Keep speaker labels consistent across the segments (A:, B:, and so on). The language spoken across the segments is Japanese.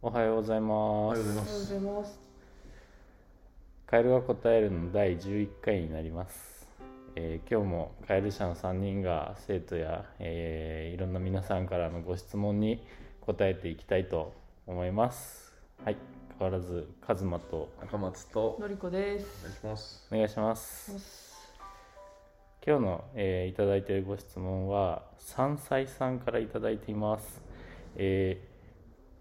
A: おはようござい
B: お
A: ま
B: はよう
A: す。
B: ございま
C: おはようご
B: す
C: ざいます。
A: カエルが答えるの第11回になります。えー今日もカエル社の3人が生徒や、えーいろんな皆さんからのご質問に答えていきたいと思います。はい、変わらずカズマと
B: 中松とお
C: のりこです。
B: 願いします
A: お願いします。今日の、えーいただいているご質問は山菜さんからいただいています、えー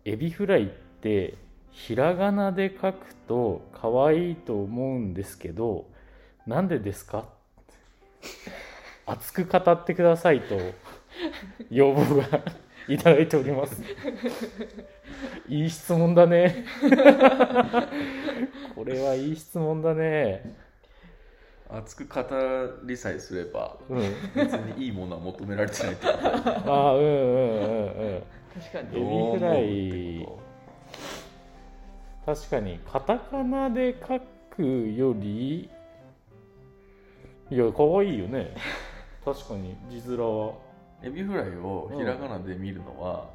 A: エビフライってひらがなで書くと可愛いと思うんですけどなんでですか 熱く語ってくださいと要望がいただいておりますいい質問だねこれはいい質問だね
B: 熱く語りさえすれ ば
A: うん
B: 別にいいものは求められてないってことだよね
A: あーうんうんうんうん
C: 確か
A: エ
C: に。
A: ビフライ確かにカタカナで書くよりいや可愛いよ ね確かに字面は
B: エビフライをひらがなで見るのは、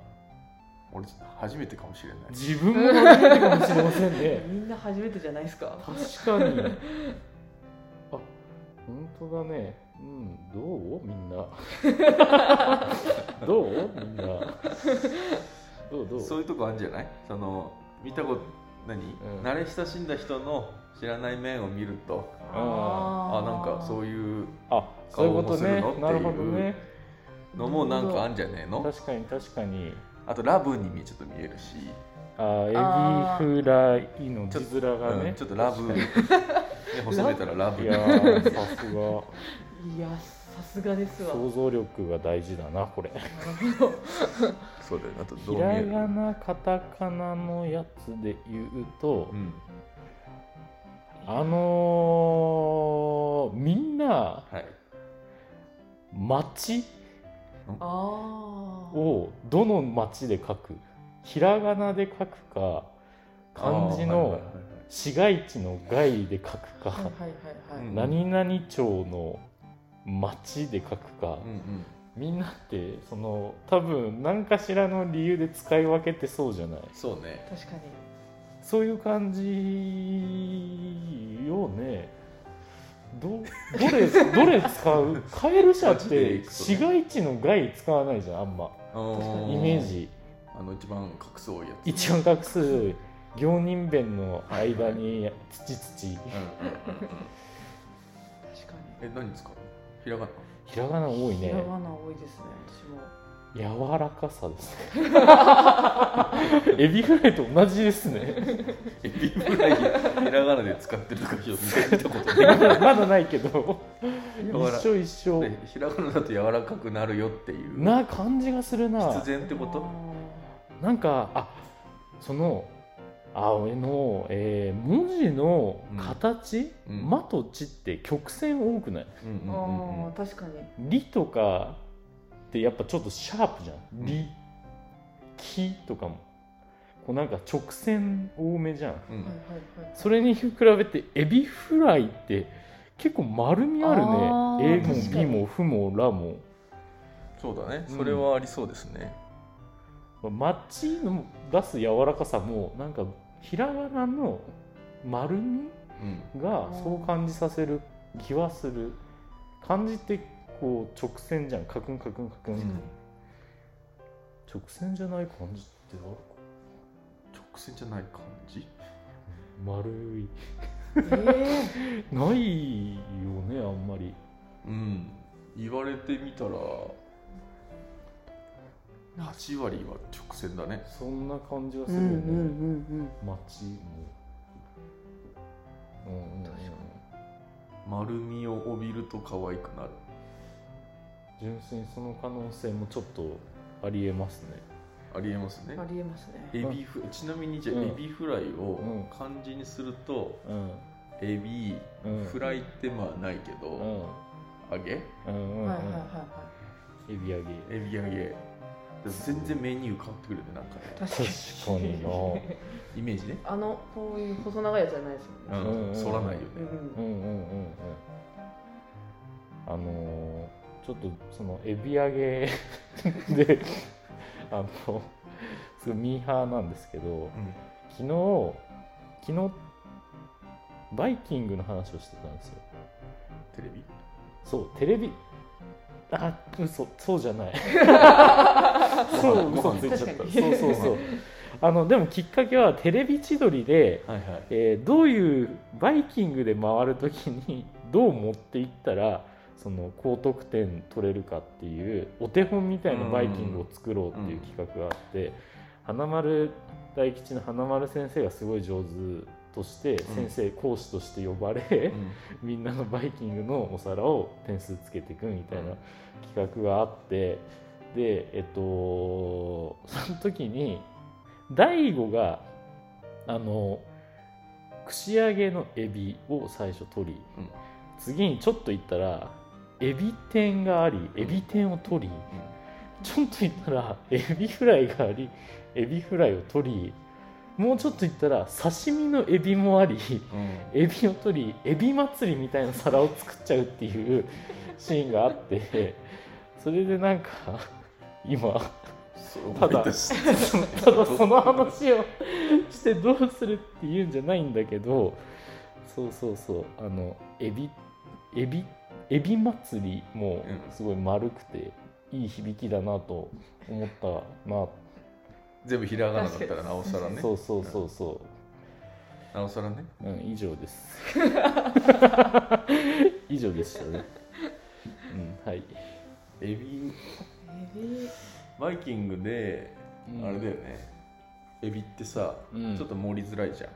B: 俺初めてかもしれない
A: 自分も初めてかもしれません ね
C: みんな初めてじゃないですか。
A: 確かにあ本当だねうんどうみ んなどうみんなどうどう
B: そういうとこあるんじゃないその見たこと何、
A: ん
B: 慣れ親しんだ人の知らない面を見るとあなんかそう
C: いう。
B: いう
A: あそういうことね
B: 顔もするの
A: な
B: って
A: る
B: いう
A: ほどね
B: のもなんかあんじゃねえの
A: 確かに確かに
B: あとラブにもちょっと見えるし、
A: あ
C: あ
A: ーエビフライの字面が
B: う
A: ね
B: んちょっと ラブで細めたらラブ
A: いやーさすが
C: いや、さすがですわ。
A: 想像力が大事だなこれ
C: なるほど
B: そうだよねあとど
A: ひ
B: う見え
A: ら
B: る
A: がなカタカナのやつで言うと、
B: うん
A: あのー、みんな
B: はい
A: 町
C: ああ。
A: をどの町で書くひらがなで書くか漢字
B: あーはいはい
A: の
B: はい
A: 市街地の街で書く
C: はい
A: か
C: はいはいはい。
B: うん
A: 何々町の町で書くか
B: はいうんうん
A: みんなってその多分何かしらの理由で使い分けてそうじゃない
B: そうね
C: 確かに。
A: そういう感じよねどどれ どれ使うカエル社っ
B: マジで
A: て
B: いくとね
A: 市街地の害使わないじゃんあんま
B: あー
A: イメージ
B: あの一番画数多いやつ
A: 一番画数行人弁の間に土土
B: うんうんうんうん
C: 確か
B: え何使うのひらがな
A: ひらがな多い
C: に。ひら
A: ね
C: がな多いですね。私も。
A: 柔らかさですね エビフライと同じですね
B: エビフライひらがなで使ってるとかよく見たこと
A: ま
B: な い
A: だまだないけど
B: 柔ら
A: 一緒一緒
B: で ひらがなだと柔らかくなるよっていう
A: な感じがするな
B: 必然ってこ
C: あ
B: と
C: ー
A: なんかあそのあ俺の、えー文字の形「
B: うん
A: ま」と「ち」って曲線多くない?
B: うんうんうんう
C: あ
B: ん
C: ー、確か
A: 「
C: に。
A: り」とかってやっぱちょっとシャープじゃん「
B: ん
A: り」き」とかもこうなんか直線多めじゃん
B: う
C: はい
B: ん
C: はいはい。
A: それに比べてエビフライって結構丸みあるね
C: あー
A: 「え」も
C: 確
A: 「
C: か
A: び」
C: に
A: も「ふ」も「ら」も
B: そうだね
A: うん
B: それはありそうですね
A: 街の出す柔らかさもなんかひらがなの丸み
B: うん
A: がそう感じさせる気はする漢字ってこう直線じゃんカクンカクンカクン、
B: うん
A: 直線じゃない感じってある
B: 直線じゃない感じ
A: 丸い
C: ええ。
A: ないよねあんまり
B: うん言われてみたら
C: な
B: 8割は直線だね
A: そんな感じがす
C: う
A: る
C: ん
A: よ
C: うん
A: ね、
C: うん
A: 街もうんうんうん
B: 丸みを帯びると可愛くなる
A: 純粋にその可能性もちょっとありえますね
B: ありえますね
C: うん。ありえますね。
B: エビフちなみにじゃあ
A: うん
B: エビフライを
A: うん
B: 漢字にすると
A: うん
B: エビ
A: うん
B: フライってまあないけ
A: う
B: ど
A: ん
B: 揚げ
A: うんうんうん、
C: はいはいはいは
A: エビ揚げ
B: エビ揚げでも全然メニュー変わってくるねなんかね
C: い。
A: 確かにな
B: イメージね
C: あのこういう細長いやつじゃないですよ
B: う
C: ね。
A: うん
B: ん反らないよね
C: うんうん
A: うんうんうんうんあの ーちょっとそのエビ揚げであのすごいミーハーなんですけど
B: うん
A: 昨日昨日バイキングの話をしてたんですよ
B: テレビ
A: そうテレビあ嘘そうじゃない そ
B: ご
A: う
B: 飯
A: 嘘ついちゃっ
C: 確か
A: た
C: に
A: そうそう そうあのでもきっかけはテレビ千鳥で
B: はいはい
A: えーどういうバイキングで回るときに どう持っていったらその高得点取れるかっていうお手本みたいなバイキングを作ろうっていう企画があって、花丸大吉の花丸先生がすごい上手として先生、講師として呼ばれ、みんなのバイキングのお皿を点数つけていくみたいな企画があってでえっとその時に大悟があの串揚げのエビを最初取り、
B: うん
A: 次にちょっと行ったらエビ天がありエビ天を取り、ちょっと行ったらエビフライがありエビフライを取りもうちょっと行ったら刺身のエビもあり
B: うんうん
A: エビを取りエビ祭りみたいな皿を作っちゃうっていうシーンがあってそれでなんか今
B: そう
A: ただ
B: 思い出した
A: だその話をしてどうするっていうんじゃないんだけどそうそうそうあのエビエビエビ祭りも
B: うん
A: すごい丸くていい響きだなと思ったな、
B: 全部ひらがなだったらなおさらね
A: そうそうそうそ
B: なおさらね
A: う、うん、以上です以上でしたね、うん、はい
B: エビ
C: エビ
B: バイキングで
A: うん
B: あれだよねエビってさ
A: うん
B: ちょっと盛りづらいじゃん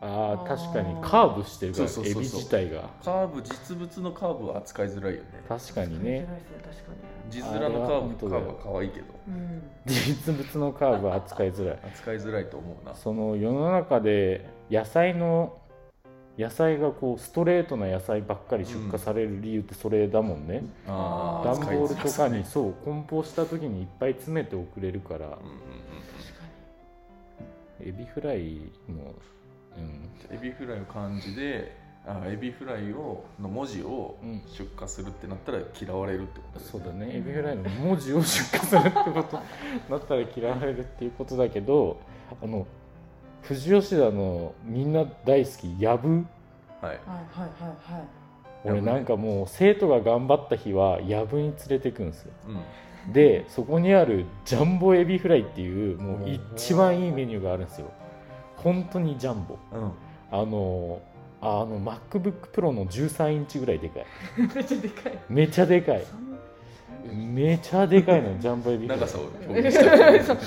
A: ああ
C: あー
A: 確かにカーブしてるから
B: そうそうそう
A: エ
B: そう
A: ビ自体が
B: カーブ実物のカーブは扱いづらいよね
A: 確かにね
C: 面白いですね確か
B: 字面のカーブ
A: あれ
B: と
A: は本当
B: カ
A: だよ
B: ーブは可愛いけど
C: にうん
A: 実物のカーブは扱いづ らい
B: 扱いづらいと思うな
A: その世の中で野菜の野菜がこうストレートな野菜ばっかり出荷される理由ってそれだもんね、
B: あ
C: ー
A: 段
B: 扱い
A: ボー
B: づ
A: ル
B: ら
A: と
B: さ
A: かにそう梱包した時にいっぱい詰めて送れるから
B: うんうんうん
C: 確かに
A: エビフライのうん
B: エビフライを漢字であエビフライをの文字を
A: うん
B: 出荷するってなったら嫌われるってこと
A: そうだねエビフライの文字を出荷するってことになったら嫌われるっていうことだけどあの富士吉田のみんな大好きやぶ
B: はい
C: はいはいはいはい
A: 俺
B: やぶね
A: なんかもう生徒が頑張った日はやぶに連れてくんですよ
B: うん
A: でそこにあるジャンボエビフライっていうもう一番いいメニューがあるんですよ本当にジャンボ
B: うん
A: あのああの MacBookPro の13インチぐらいでかい
C: めっちゃでかい
A: めちゃでかい
C: そんな
A: めちゃでかいのジャンボエビフライ
B: 長さを表
C: え
B: 現したい
C: そう30センチはないか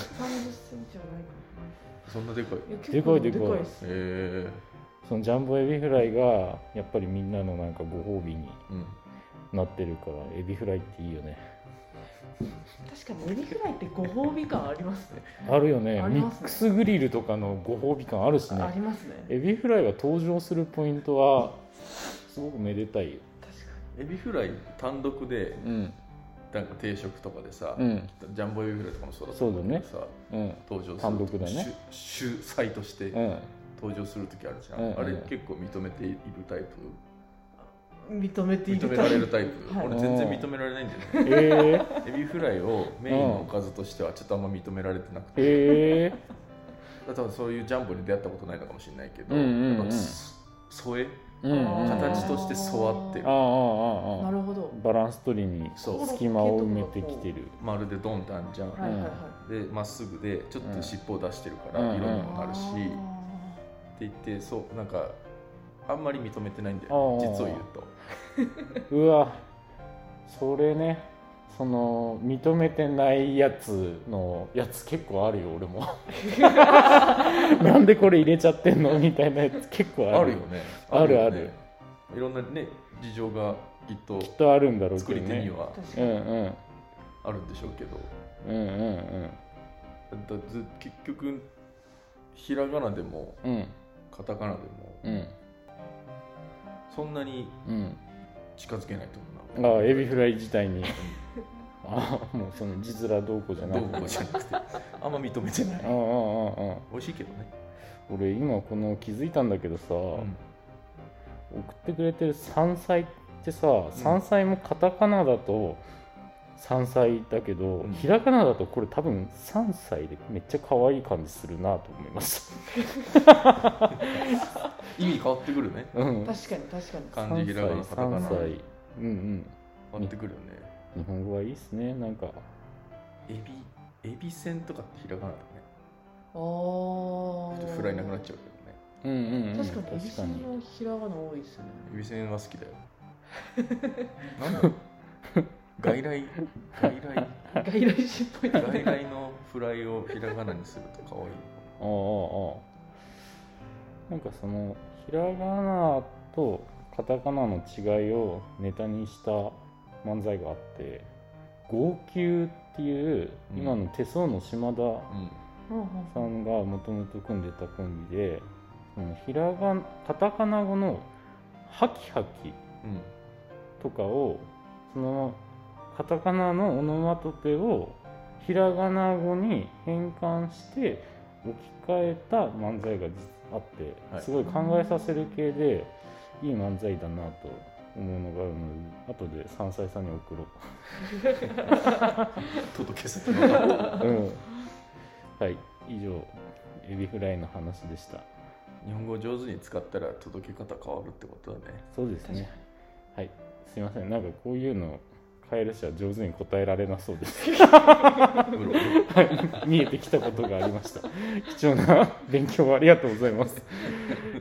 B: そんなでかい
C: な。い
A: で
C: や
A: かいでかい
C: 結構でかいですね。
B: え
A: そのジャンボエビフライがやっぱりみんなのなんかご褒美に
B: ー、うん
A: なってるからエビフライっていいよね
C: 確かにエビフライってご褒美感ありますね。
A: あるよね
C: あり
A: ミ
C: ますね
A: ックスグリルとかのご褒美感あるし
C: あ
A: ね
C: りますね。
A: エビフライが登場するポイントはすごくめでたいよ
C: 確
B: エビフライ単独で
A: うん
B: なんか定食とかでさ、
A: うん
B: ジャンボエビフライとかもそうだと思けどさ
A: うん
B: 登場する
A: 単独だね
B: 主主催として
A: うん
B: 登場する時あるじゃん、
A: うんうん
B: あれ結構認めているタイプ
C: かに。認めてい
B: 認
C: る
B: め
C: タ
B: ら
C: イプ
B: れるタイプ、
C: はい
B: 俺全然認められないんだよね
A: えー、
B: エビフライをメインのおかずとしてはちょっとあんま認められてなくて、
A: え
B: だから多分そういうジャンボに出会ったことないのかもしれないけど、
A: うんうんうん
B: やっぱそ添え
A: ー、うんうん
B: 形として添わってる
A: ああああ
C: な
A: ああ
C: るほど。
A: バランス取りに
B: そう
A: 隙間を埋めてきてる
B: まるでドンってあんじゃん、
C: はいはいはい。
B: でまっすぐでちょっと尻尾を出してるから
A: うん
B: 色にもなるし、って
C: あ
B: 言ってそうなんかあんまり認めてないんだ
A: あ
B: よ、ね、
A: ー
B: 実を言うと
A: うわそれねその認めてないやつのやつ結構あるよ俺 もなんでこれ入れちゃってんのみたいなやつ結構ある
B: あるよね
A: ある
B: よ
A: ある
B: ねいろんなね事情がきっと
A: きっとあるんだろう
B: 作
A: け
B: り
A: ど
B: 手に
A: ね
B: は
C: ー確
A: う
C: か
A: ん
C: に。
A: うん
B: あるんでしょうけど
A: うんうん
B: だず結局ひらがなでも
A: うんうん
B: カタカナでも
A: うん
B: そんなに
A: うん
B: 近づけないと思うな
A: ああエビフライ自 体にああもうその字面どうこうじゃな
B: ど
A: いう
B: こうじゃなくてあんま認めてない
A: うんうんうんうん
B: 美味しいけどね、
A: 俺今この気づいたんだけどさ、送ってくれてる山菜ってさ山菜もカタカナだと山菜だけど、
B: うん
A: ひらがなだとこれ多分3歳でめっちゃ可愛い感じするなと思いました
B: 意味変わってくるね
A: うん
C: 確かに確かに
B: 漢字ひらがなカタカナ
A: 3歳うんうん
B: 変わってくるよね
A: 日本語はいいっすねなんか
B: エビエビせんとかってひらがなだね
C: お
B: ちょっと
C: ー
B: フライなくなっちゃうけどね
A: うんうん、うん、
C: 確かにエビさんのひらがな多いで すよね
B: エビせんは好きだ よなんだろう外来外来
C: 外来種っ ぽい
B: 外来のフライをひらがなにすると可愛いのか
A: ああああなんかそのひらがなとカタカナの違いをネタにした漫才があって「号泣」っていう
B: うん
A: 今の手相の島田
B: なうん
C: うんうん
A: さんがもともと組んでたコンビでそのひらがカタカナ語の「ハキハキ」
B: うん
A: とかをそのカタカナのオノマトペをひらがな語に変換して置き換えた漫才が実あって、
B: はい
A: すごい考えさせる系でいい漫才だなと思うのがあるので後で山菜さんに送ろ
B: 届け先の方
A: う、うん、 はい以上エビフライの話でした
B: 日本語を上手に使ったら届け方変わるってことだね
A: そうですねはいすいませんなんかこういうのカエル氏は上手に答えられなそうです
B: うろうろ
A: はい 見えてきたことがありました貴重な勉強をありがとうございます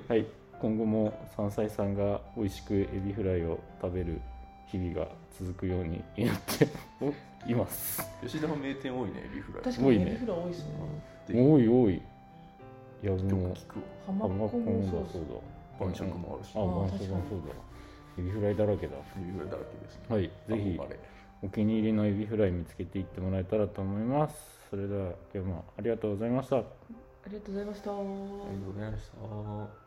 A: はい今後も山菜さんが美味しくエビフライを食べる日々が続くように祈って います
B: 吉田も名店多いねエビフライ
C: 確か
A: 多い
C: にエ
A: ね
C: ビフライ多いですね
B: で
A: おいおいいや
B: よく
A: もう
B: 聞くわ
C: 浜っ子もそう
A: そ
C: そうう
A: だ
B: 晩酌もあるし
A: あ晩酌も
C: あ確か
A: そうだエビフライだらけだ
B: エビフライだらけですね
A: はいぜひ
B: 憧れ
A: お気に入りのエビフライ見つけていってもらえたらと思いますそれでは今日もありがとうございました
C: ありがとうございました
B: ありがとうございました